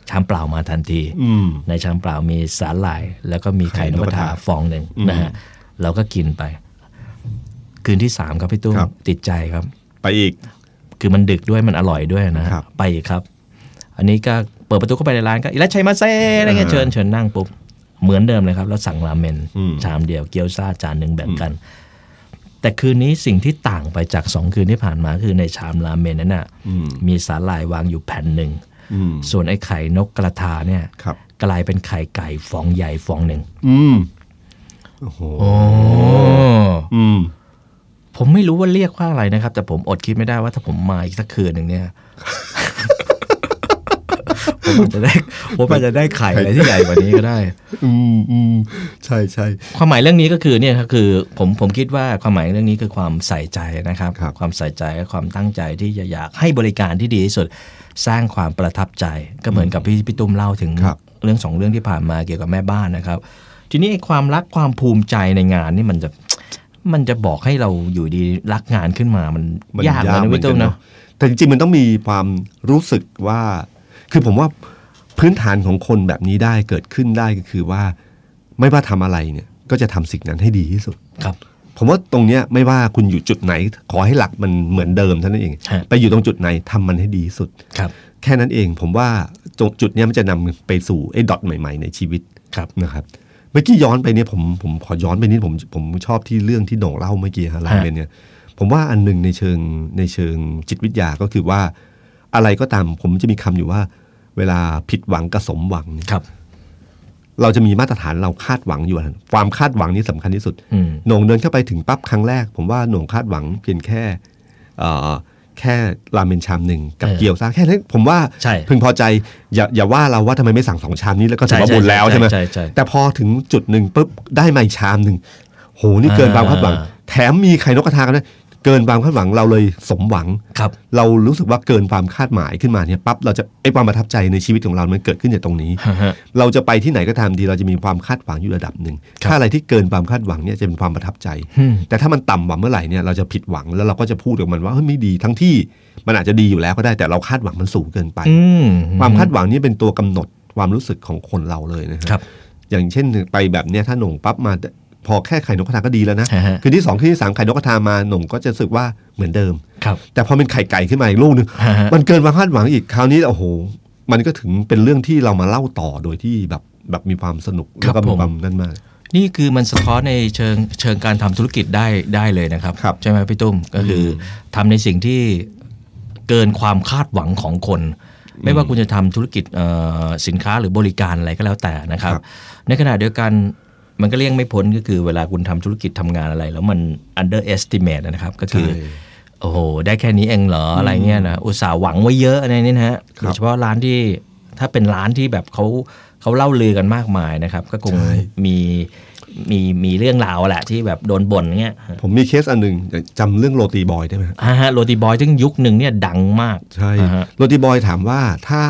Speaker 4: ชามเปล่ามาทันที
Speaker 5: อืม
Speaker 4: ในชามเปล่ามีสาหร่าย แล้วก็มีไข่นกกระทาฟองหนึ่งนะฮะเราก็กินไป คืนที่สามครับพี่ตุ้ม
Speaker 5: ครับ
Speaker 4: ติดใจครับ
Speaker 5: ไปอีก
Speaker 4: คือมันดึกด้วยมันอร่อยด้วยนะฮะ
Speaker 5: ครับ
Speaker 4: ไปอีกครับ อันนี้ก็เปิดประตูเข้าไปในร้านก็อิรัชชัยมาเซ่อะไรเงี้ย
Speaker 5: อ่า
Speaker 4: เชิญเชิญนั่งปุ๊บเหมือนเดิมเลยครับ แล้วสั่งราเมน
Speaker 5: อืม
Speaker 4: ชามเดียวเกี๊ยวซ่าจานหนึ่งแบ่งกัน แต่คืนนี้สิ่งที่ต่างไปจากสองคืนที่ผ่านมาคือในชามราเมนนั้นน่ะมีสาหร่ายวางอยู่แผ่นหนึ่ง
Speaker 5: อืม
Speaker 4: ส่วนไอ้ไข่นกกระทาเนี่ย
Speaker 5: ครับ
Speaker 4: กลายเป็นไข่ไก่ฟองใหญ่ฟองหนึ่ง
Speaker 5: อืมโอ้โหอืม
Speaker 4: ผมไม่รู้ว่าเรียกว่าอะไรนะครับ แต่ผมอดคิดไม่ได้ว่าถ้าผมมาอีกสักคืนหนึ่ง เนี่ย ผมอาจจะได้ผมอาจจะได้ไข่อะไรที่ใหญ่กว่านี้ก็ได้
Speaker 5: อืมอืมใช่ใช่
Speaker 4: ความหมายเรื่องนี้ก็คือเนี่ยครับคือผมผมคิดว่าความหมายเรื่องนี้คือความใส่ใจนะครับ
Speaker 5: ครับ
Speaker 4: ความใส่ใจและความตั้งใจที่จะอยากให้บริการที่ดีที่สุด สร้างความประทับใจก็เหมือนกับพี่พี่ตุ้มเล่าถึง เรื่องสองเรื่องที่ผ่านมาเกี่ยวกับแม่บ้านนะครับ ทีนี้ไอ้ความรักความภูมิใจในงานนี่มันจะมันจะบอกให้เราอยู่ดีรักงานขึ้นมามัน
Speaker 5: มัน
Speaker 4: ยากเลยนะ
Speaker 5: หมื
Speaker 4: วิ
Speaker 5: อ
Speaker 4: เติ้ล
Speaker 5: กั
Speaker 4: เนาะ
Speaker 5: แต่จริงๆ มันต้องมีความรู้สึกว่า คือผมว่าพื้นฐานของคนแบบนี้ได้เกิดขึ้นได้ก็คือว่า ไม่ว่าทำอะไรเนี่ย ก็จะทำสิ่งนั้นให้ดีที่สุด
Speaker 4: ครับ
Speaker 5: ผมว่าตรงเนี้ยไม่ว่าคุณอยู่จุดไหน ขอให้หลักมันเหมือนเดิมเท่านั้นเอง
Speaker 4: ฮะ
Speaker 5: ไปอยู่ตรงจุดไหนทำมันให้ดีที่สุด
Speaker 4: ครับ
Speaker 5: แค่นั้นเองผมว่าตรงจุดเนี้ยมันจะนำไปสู่ไอ้ดอทใหม่ๆ ในชีวิต
Speaker 4: ครับ
Speaker 5: นะครับเมื่อกี้ย้อนไปเนี่ยผมผมขอย้อนไปนิดผมผมชอบที่เรื่องที่โหน่งเล่าเมื่อกี้ฮะลาเมนเนี่ยผมว่าอันหนึ่งในเชิงในเชิงจิตวิทยาก็คือว่าอะไรก็ตามผมจะมีคำอยู่ว่า เวลาผิดหวังกับสมหวังเนี่ย
Speaker 4: ครับ
Speaker 5: เราจะมีมาตรฐานเราคาดหวังอยู่อันนั้นความคาดหวังนี่สำคัญที่สุด
Speaker 4: อืม
Speaker 5: หน่งเดินเข้าไปถึงปั๊บครั้งแรก ผมว่าหน่งคาดหวังเพียงแค่เอ่อแค่ราเมนชามหนึ่งกับ
Speaker 4: เออ
Speaker 5: เกี๊ยวซ่าแค่นั้นผมว่า
Speaker 4: ใช่
Speaker 5: พึงพอใจอย่าอย่าว่าเราว่าทำไมไม่สั่งสองชามนี้แล้วก็ถือว่า
Speaker 4: ใช่
Speaker 5: บุญแล้ว
Speaker 4: ใช่
Speaker 5: ใช่ไหม
Speaker 4: ใช่ใช่
Speaker 5: แต่พอถึงจุดหนึ่งปุ๊บได้มาอีกชามหนึ่งโหนี่เกินความคาดหวัง
Speaker 4: อ่า
Speaker 5: แถมมีไข่นกกระทากันด้วยเกินความคาดหวังเราเลยสมหวัง
Speaker 4: ครับ
Speaker 5: เรารู้สึกว่าเกินความคาดหมายขึ้นมาเนี่ยปั๊บเราจะไอ้ความประทับใจในชีวิตของเรา มันเกิดขึ้นจากตรงนี้
Speaker 4: ฮะฮะ
Speaker 5: เราจะไปที่ไหนก็ตามทีเราจะมีความคาดหวังอยู่ระดับหนึ่งถ้าอะไรที่เกินความคาดหวังเนี่ยจะเป็นความประทับใจ
Speaker 4: อืม
Speaker 5: แต่ถ้ามันต่ำกว่าเมื่อไหร่เนี่ยเราจะผิดหวังแล้วเราก็จะพูดกับมันว่าเฮ้ยไม่ดีทั้งที่มันอาจจะดีอยู่แล้วก็ได้แต่เราคาดหวังมันสูงเกินไป
Speaker 4: อืม
Speaker 5: ความคาดหวังนี่เป็นตัวกำหนดความรู้สึกของคนเราเลยนะฮะ
Speaker 4: ครับ
Speaker 5: อย่างเช่นไปแบบเนี้ยถ้าหน่งปั๊บมาพอแค่ไข่นกกระทาก็ดีแล้วนะ
Speaker 4: ฮะฮะ
Speaker 5: คืนที่สองคืนที่สามไข่นกกระทามาหน่งก็จะรู้สึกว่าเหมือนเดิม
Speaker 4: ครับ
Speaker 5: แต่พอเป็นไข่ไก่ขึ้นมาอีกลูกหนึง
Speaker 4: ฮะฮะ
Speaker 5: มันเกินความคาดหวังอีกคราวนี้โอ้โห มันก็ถึงเป็นเรื่องที่เรามาเล่าต่อโดยที่แบบแบบมีความสนุก
Speaker 4: ครั
Speaker 5: แล้ว
Speaker 4: บ
Speaker 5: ก็มี
Speaker 4: ผม
Speaker 5: ความนั่นมาก
Speaker 4: นี่คือมันสะท้อนในเชิงเชิงการทำธุรกิจได้ได้เลยนะครับ
Speaker 5: ครับ
Speaker 4: ใช่ไหมพี่ตุ้มก็คืออทำในสิ่งที่เกินความคาดหวังของคน ไม่ว่าคุณจะทำธุรกิจเอ่อสินค้าหรือบริการอะไรก็แล้วแต่นะครับ
Speaker 5: ครับ
Speaker 4: ในขณะเดียวกันมันก็เลี่ยงไม่พ้นก็คือเวลาคุณทำธุรกิจทำงานอะไร แล้วมัน under estimate นะครับ ก็คือ โอ้โห ได้แค่นี้เองเหรออะไรเงี้ยนะอุตส่าห์หวังไว้เยอะในนี้นะฮะ
Speaker 5: ครับ
Speaker 4: โดยเฉพาะร้านที่ถ้าเป็นร้านที่แบบเขาเขาเล่าลือกันมากมายนะครับ ก็คงมีมีมีเรื่องราวแหละที่แบบโดนบ่นเงี้ย
Speaker 5: ผมมีเคสอันหนึ่งจำเรื่องโรตีบอยได้ไหมฮะ
Speaker 4: ฮะฮะโรตีบอยซึ่งยุคหนึ่งเนี่ยดังมาก
Speaker 5: ใช่
Speaker 4: อ่าฮะ
Speaker 5: โรตีบอยถามว่าถ้า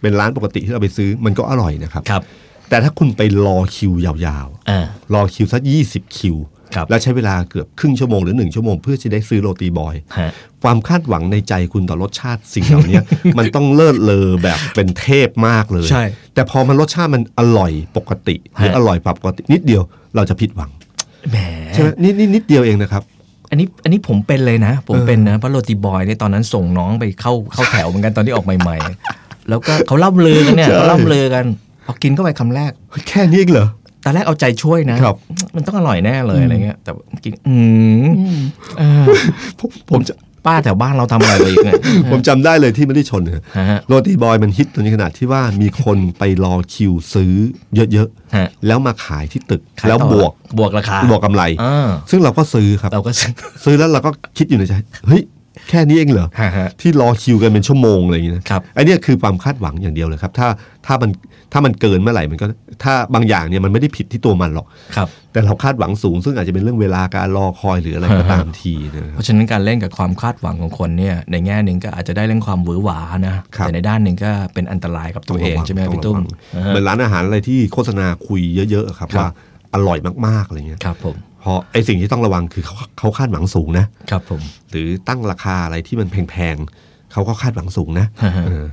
Speaker 5: เป็นร้านปกติที่เราไปซื้อมันก็อร่อยนะครับ
Speaker 4: ครับ
Speaker 5: แต่ถ้าคุณไปรอคิวยาว
Speaker 4: อ่า
Speaker 5: ๆ รอคิวสักยี่สิบคิว
Speaker 4: ครับ
Speaker 5: แล้วใช้เวลาเกือบครึ่งชั่วโมงหรือหนึ่งชั่วโมงเพื่อจะได้ซื้อโรตีบอย
Speaker 4: ฮะ
Speaker 5: ความคาดหวังในใจคุณต่อรสชาติสิ่งเหล่า นี้ มันต้องเลิศเลอแบบเป็นเทพมากเลย
Speaker 4: ใช่
Speaker 5: แต่พอมันรสชาติมันอร่อยปกติหรือ
Speaker 4: ฮะ
Speaker 5: อร่อยปกติ นิดเดียวเราจะผิดหวัง
Speaker 4: แหม
Speaker 5: ใช่ไหมนี่นี่นิดเดียวเองนะครับ
Speaker 4: อันนี้อันนี้ผมเป็นเลยนะ ผมเป็นนะเพราะโรตีบอยเนี่ยตอนนั้นส่งน้องไปเข้าเข้าแถวเหมือนกันตอนที่ออกใหม่ ๆ แล้วก็เขาเล่าลือกันเนี่ย
Speaker 5: ใช่
Speaker 4: เขาเล่าลือกันพอกินเข้าไปคำแรก
Speaker 5: แค่นี้เองเหรอ
Speaker 4: ตอนแรกเอาใจช่วยนะ
Speaker 5: ครับ
Speaker 4: มันต้องอร่อยแน่เลยอะไรเงี้ย แต่กินอืมเออ
Speaker 5: ผมผมจะ
Speaker 4: ป้าแถวบ้านเราทำอะไรไปอีกเนี่ย
Speaker 5: ผมจำได้เลยที่ไม่ได้ชนเนี่ย
Speaker 4: ฮะ
Speaker 5: โรตีบอยมันฮิตจนขนาดที่ว่ามีคนไปรอคิวซื้อเยอะ
Speaker 4: ฮะ
Speaker 5: ๆแล้วมาขายที่ตึก
Speaker 4: ขายต่อ
Speaker 5: แล้วบวก
Speaker 4: บวกราคา
Speaker 5: บวกกำไร
Speaker 4: อ่า
Speaker 5: ซึ่งเราก็ซื้อครับ
Speaker 4: เราก็ ซื้อ
Speaker 5: ซื้อแล้วเราก็คิดอยู่ในใจเฮ้ยแค่นี้เองเหรอ
Speaker 4: ฮะฮะ
Speaker 5: ที่รอคิวกันเป็นชั่วโมงอะไรอย่างนี้นะครับ ไอ้เนี่ยคือความคาดหวังอย่างเดียวเลยครับ ถ้าถ้ามันถ้ามันเกินเมื่อไหร่มันก็ถ้าบางอย่างเนี่ยมันไม่ได้ผิดที่ตัวมันหรอก
Speaker 4: ครับ
Speaker 5: แต่เราคาดหวังสูง ซึ่งอาจจะเป็นเรื่องเวลาการรอคอยหรืออะไรก็ตามทีนะ
Speaker 4: เพ
Speaker 5: ครับ
Speaker 4: ราะฉะนั้นการเล่นกับความคาดหวังของคนเนี่ยในแง่หนึ่งก็อาจจะได้เรื่องความหวือหวานะครับ แต่ในด้านหนึ่งก็เป็นอันตรายกับตัวเองใช่ไหมพี่
Speaker 5: ต้อ
Speaker 4: ตุ้
Speaker 5: ง
Speaker 4: ม
Speaker 5: ระวัง
Speaker 4: อ่า
Speaker 5: เห
Speaker 4: ฮะ
Speaker 5: มือนร้านอาหารอะไรที่โฆษณาคุยเยอะๆครับ
Speaker 4: ครับ
Speaker 5: ว่าอร่อยมากๆอะไรเงี้ย
Speaker 4: ครับผม
Speaker 5: เพราะไอ้สิ่งที่ต้องระวังคือเขาเขาคาดหวังสูงนะครับ
Speaker 4: ผม
Speaker 5: หรือตั้งราคาอะไรที่มันแพงๆเขาก็คาดหวังสูงนะ
Speaker 4: ฮะฮะ
Speaker 5: เออ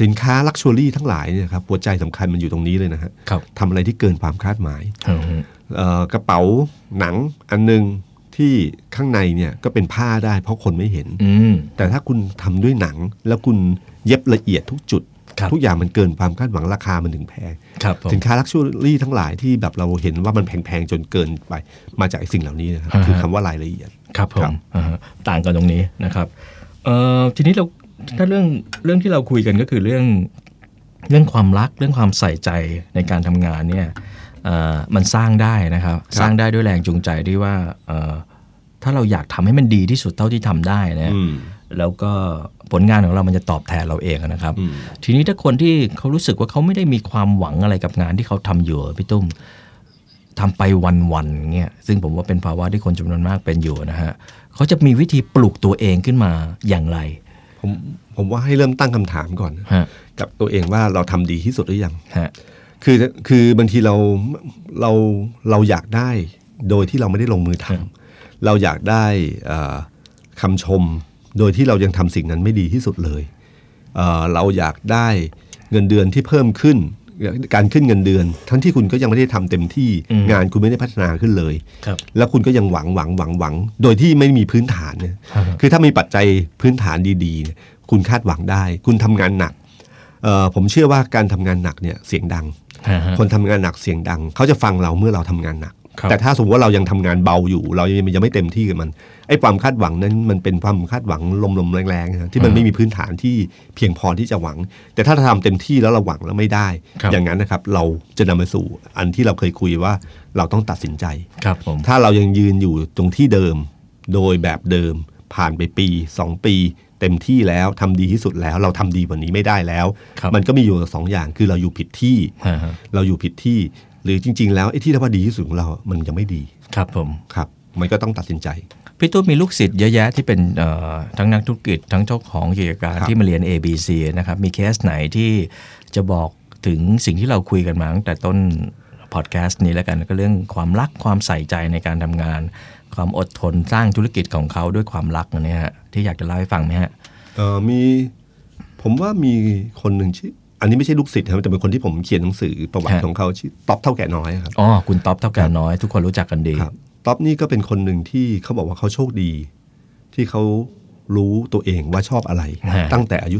Speaker 5: สินค้าลักชัวรี่ทั้งหลายเนี่ยครับหัวใจสำคัญมันอยู่ตรงนี้เลยนะฮะ
Speaker 4: ครับ
Speaker 5: ทำอะไรที่เกินความคาดหมาย
Speaker 4: อืม
Speaker 5: เอ่อกระเป๋าหนังอันหนึงที่ข้างในเนี่ยก็เป็นผ้าได้เพราะคนไม่เห็น
Speaker 4: อืม
Speaker 5: แต่ถ้าคุณทำด้วยหนังแล้วคุณเย็บละเอียดทุกจุด
Speaker 4: ครับ
Speaker 5: ทุกอย่างมันเกินความคาดหวังราคามันถึงแพง
Speaker 4: ครับผม
Speaker 5: สินค้าลักชัวรี่ทั้งหลายที่แบบเราเห็นว่ามันแพงๆจนเกินไป มาจากไอ้สิ่งเหล่านี้นะครับ
Speaker 4: อ่าฮะ
Speaker 5: คือคำว่ารายละเอียด
Speaker 4: ครับผ
Speaker 5: ครั
Speaker 4: ม
Speaker 5: บ
Speaker 4: อ่าฮะต่างกันตรงนี้นะครับเอ่อทีนี้เราถ้าเรื่องเรื่องที่เราคุยกันก็คือเรื่องเรื่องความรักเรื่องความใส่ใจในการทำงานเนี่ยเอ่อมันสร้างได้นะครับ สร้างได้ด้วยแรงจูงใจที่ว่าเอ่อถ้าเราอยากทำให้มันดีที่สุดเท่าที่ทำได้นะ
Speaker 5: อืม
Speaker 4: แล้วก็ผลงานของเรามันจะตอบแทนเราเองนะครับ
Speaker 5: อืม
Speaker 4: ทีนี้ถ้าคนที่เขารู้สึกว่าเขาไม่ได้มีความหวังอะไรกับงานที่เขาทำอยู่อะพี่ตุ้มทำไปวันๆอย่างเงี้ยซึ่งผมว่าเป็นภาวะที่คนจำนวนมากเป็นอยู่นะฮะเขาจะมีวิธีปลูกตัวเองขึ้นมาอย่างไร
Speaker 5: ผม ผมว่าให้เริ่มตั้งคำถามก่อน
Speaker 4: ฮะ
Speaker 5: กับตัวเองว่าเราทำดีที่สุดหรือยัง
Speaker 4: ฮะ
Speaker 5: คือคือบางทีเราเราเราอยากได้โดยที่เราไม่ได้ลงมือทำเราอยากได้เอ่อคำชม โดยที่เรายังทำสิ่งนั้นไม่ดีที่สุดเลยเอ่อเราอยากได้เงินเดือนที่เพิ่มขึ้น การขึ้นเงินเดือน ทั้งที่คุณก็ยังไม่ได้ทำเต็มที่งานคุณไม่ได้พัฒนาขึ้นเลย
Speaker 4: ครับ
Speaker 5: แล้วคุณก็ยังหวังหวังหวังหวัง โดยที่ไม่มีพื้นฐานเนี่ยคือถ้ามีปัจจัยพื้นฐานดีๆเนี่ยคุณคาดหวังได้ คุณทำงานหนักเอ่อผมเชื่อว่าการทำงานหนักเนี่ยเสียงดัง
Speaker 4: ฮะฮะ
Speaker 5: คนทำงานหนักเสียงดัง เขาจะฟังเราเมื่อเราทำงานหนัก
Speaker 4: ครับ
Speaker 5: แต่ถ้าสมมติว่าเรายังทำงานเบาอยู่ เรายังยังไม่เต็มที่กับมันไอ้ความคาดหวังนั้นมันเป็นความคาดหวังลมๆแรงๆนะที่มันไม่มีพื้นฐานที่เพียงพอที่จะหวัง แต่ถ้าเราทำเต็มที่แล้วเราหวังแล้วไม่ได้ อย่างนั้นนะครับเราจะนำไปสู่อันที่เราเคยคุยว่าเราต้องตัดสินใจ
Speaker 4: ครับผม
Speaker 5: ถ้าเรายังยืนอยู่ตรงที่เดิม โดยแบบเดิม ผ่านไปปี 2 ปี เต็มที่แล้วทำดีที่สุดแล้ว เราทำดีกว่านี้ไม่ได้แล้ว
Speaker 4: ครับ
Speaker 5: มันก็มีอยู่สองอย่างคือเราอยู่ผิดที่
Speaker 4: ฮะฮะ
Speaker 5: เราอยู่ผิดที่ หรือจริง ๆ แล้วไอ้ที่เราว่าดีที่สุดของเราอะมันยังไม่ดี
Speaker 4: ครับผม
Speaker 5: ครับ มันก็ต้องตัดสินใจ
Speaker 4: พี่ตู้มีลูกศิษย์เยอะแยะที่เป็นเอ่อทั้งนักธุรกิจทั้งเจ้าของกิจการ
Speaker 5: ครับ
Speaker 4: ที่มาเรียน ABC นะครับ มีเคสไหนที่จะบอกถึงสิ่งที่เราคุยกันมาตั้งแต่ต้นพอดแคสต์นี้แล้วกันก็เรื่องความรักความใส่ใจในการทำงาน ความอดทนสร้างธุรกิจของเขาด้วยความรักเนี่ยฮะที่อยากจะเล่าให้ฟังไหมฮะ
Speaker 5: เอ่อมีผมว่ามีคนหนึ่งชื่ออันนี้ไม่ใช่ลูกศิษย์นะครับแต่เป็นคนที่ผมเขียนหนังสือประวัติ
Speaker 4: ฮะ
Speaker 5: ของเขาชื่อต๊อบเท่าแก่น้อยครับ
Speaker 4: อ๋อคุณต๊อบเท่าแก่น้อยทุกคนรู้จักกันดี
Speaker 5: ครับท็อปนี่ก็เป็นคนหนึ่งที่เขาบอกว่าเขาโชคดี ที่เขารู้ตัวเองว่าชอบอะไร
Speaker 4: ฮะ
Speaker 5: ตั้งแต่อายุ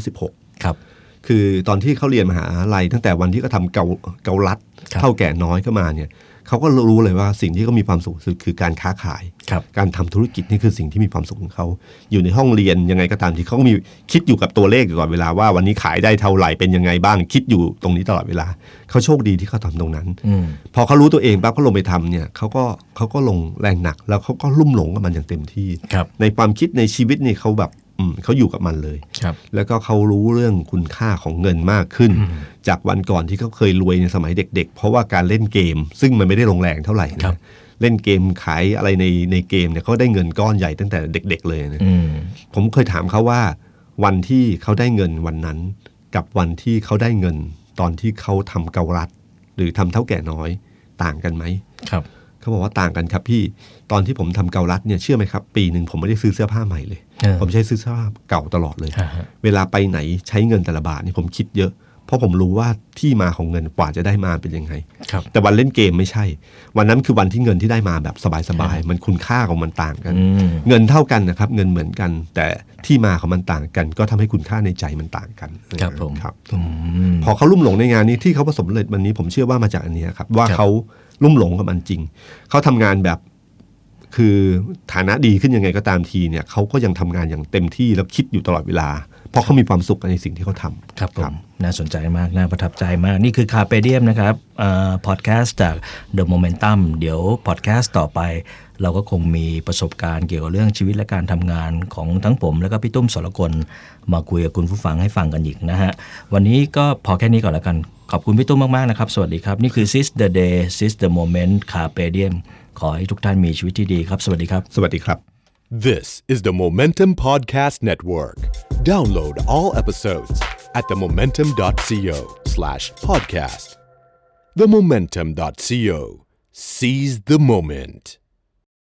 Speaker 4: ครับ
Speaker 5: 16 คือตอนที่เขาเรียนมหาลัยตั้งแต่วันที่เขาทำเกาเกาลัด
Speaker 4: ครับ
Speaker 5: เท่าแก่น้อยเข้ามาเนี่ยเขาก็รู้เลยว่าสิ่งที่เขามีความสุขสุดคือการค้าขาย
Speaker 4: ครับ
Speaker 5: การทำธุรกิจนี่คือสิ่งที่มีความสุขของเขาอยู่ในห้องเรียนยังไงก็ตามที่เขาก็มีคิดอยู่กับตัวเลขอยู่ตลอดเวลาว่าวันนี้ขายได้เท่าไหร่เป็นยังไงบ้างคิดอยู่ตรงนี้ตลอดเวลาเขาโชคดีที่เขาทำตรงนั้น
Speaker 4: อืม
Speaker 5: พอเขารู้ตัวเองปั๊บเขาลงไปทำเนี่ยเขาก็เขาก็ลงแรงหนัก แล้วเขาก็ลุ่มหลงกับมันอย่างเต็มที่
Speaker 4: ครับ
Speaker 5: ในความคิดในชีวิตนี่เขาแบบอืมเขาอยู่กับมันเลย
Speaker 4: ครับ
Speaker 5: แล้วก็เขารู้เรื่องคุณค่าของเงินมากขึ้น จากวันก่อนที่เขาเคยรวยในสมัยเด็ก ๆ เพราะว่าการเล่นเกม ซึ่งมันไม่ได้ลงแรงเท่าไหร่
Speaker 4: ครั
Speaker 5: นะ
Speaker 4: บ
Speaker 5: เล่นเกมขายอะไรในในเกมเนี่ยเขาได้เงินก้อนใหญ่ตั้งแต่เด็ก ๆ เลยนะ
Speaker 4: อืม
Speaker 5: ผมเคยถามเขาว่าวันที่เขาได้เงินวันนั้น กับวันที่เขาได้เงิน ตอนที่เขาทำเการัด หรือทำเท่าแก่น้อยต่างกันไหม
Speaker 4: ครับ
Speaker 5: เขาบอกว่าต่างกันครับพี่ตอนที่ผมทำเการัดเนี่ยเชื่อไหมครับ ปีหนึ่งผมไม่ได้ซื้อเสื้อผ้าใหม่เลย
Speaker 4: เออ
Speaker 5: ผมใช้ซื้อเสื้อผ้าเก่าตลอดเลย
Speaker 4: ฮะฮะ
Speaker 5: เวลาไปไหนใช้เงินแต่ละบาทนี่ผมคิดเยอะ เพราะผมรู้ว่าที่มาของเงินกว่าจะได้มาเป็นยังไง
Speaker 4: ครับ
Speaker 5: แต่วันเล่นเกมไม่ใช่ วันนั้นคือวันที่เงินที่ได้มาแบบสบายๆ มันคุณค่าของมันต่างกัน
Speaker 4: อืม
Speaker 5: เงินเท่ากันนะครับ เงินเหมือนกัน แต่ที่มาของมันต่างกัน ก็ทำให้คุณค่าในใจมันต่างกัน
Speaker 4: ครับผม
Speaker 5: ครับ
Speaker 4: อืม
Speaker 5: พอเขาลุ่มหลงในงานนี้ที่เขาประสบความสำเร็จวันนี้ผมเชื่อว่ามาจากอันเนี้ยครับ ว่า
Speaker 4: ครับ
Speaker 5: เขาลุ่มหลงกับมันจริง เขาทำงานแบบคือฐานะดีขึ้นยังไงก็ตามทีเนี่ยเขาก็ยังทำงานอย่างเต็มที่แล้วคิดอยู่ตลอดเวลา เพราะเขามีความสุขในสิ่งที่เขาทำ
Speaker 4: ครับผมน่าสนใจมาก น่าประทับใจมาก นี่คือคาเปเดียมนะครับพอดแคสต์จาก The Momentum เดี๋ยวพอดแคสต์ต่อไป เราก็คงมีประสบการณ์เกี่ยวกับเรื่องชีวิตและการทำงานของทั้งผม แล้วก็พี่ตุ้มสรกลมาคุยกับคุณผู้ฟังให้ฟังกันอีกนะฮะ วันนี้ก็พอแค่นี้ก่อนแล้วกัน ขอบคุณพี่ตุ้มมาก ๆ นะครับ สวัสดีครับ นี่คือ Sis the Day Sis the Moment คาเปเดียมขอให้ทุกท่านมีชีวิตที่ดีครับ สวัสดีครับ
Speaker 5: สวัสดีครับ
Speaker 1: This is the Momentum Podcast Network. Download all episodes at themomentum.co slash podcast. Themomentum.co. Seize the moment.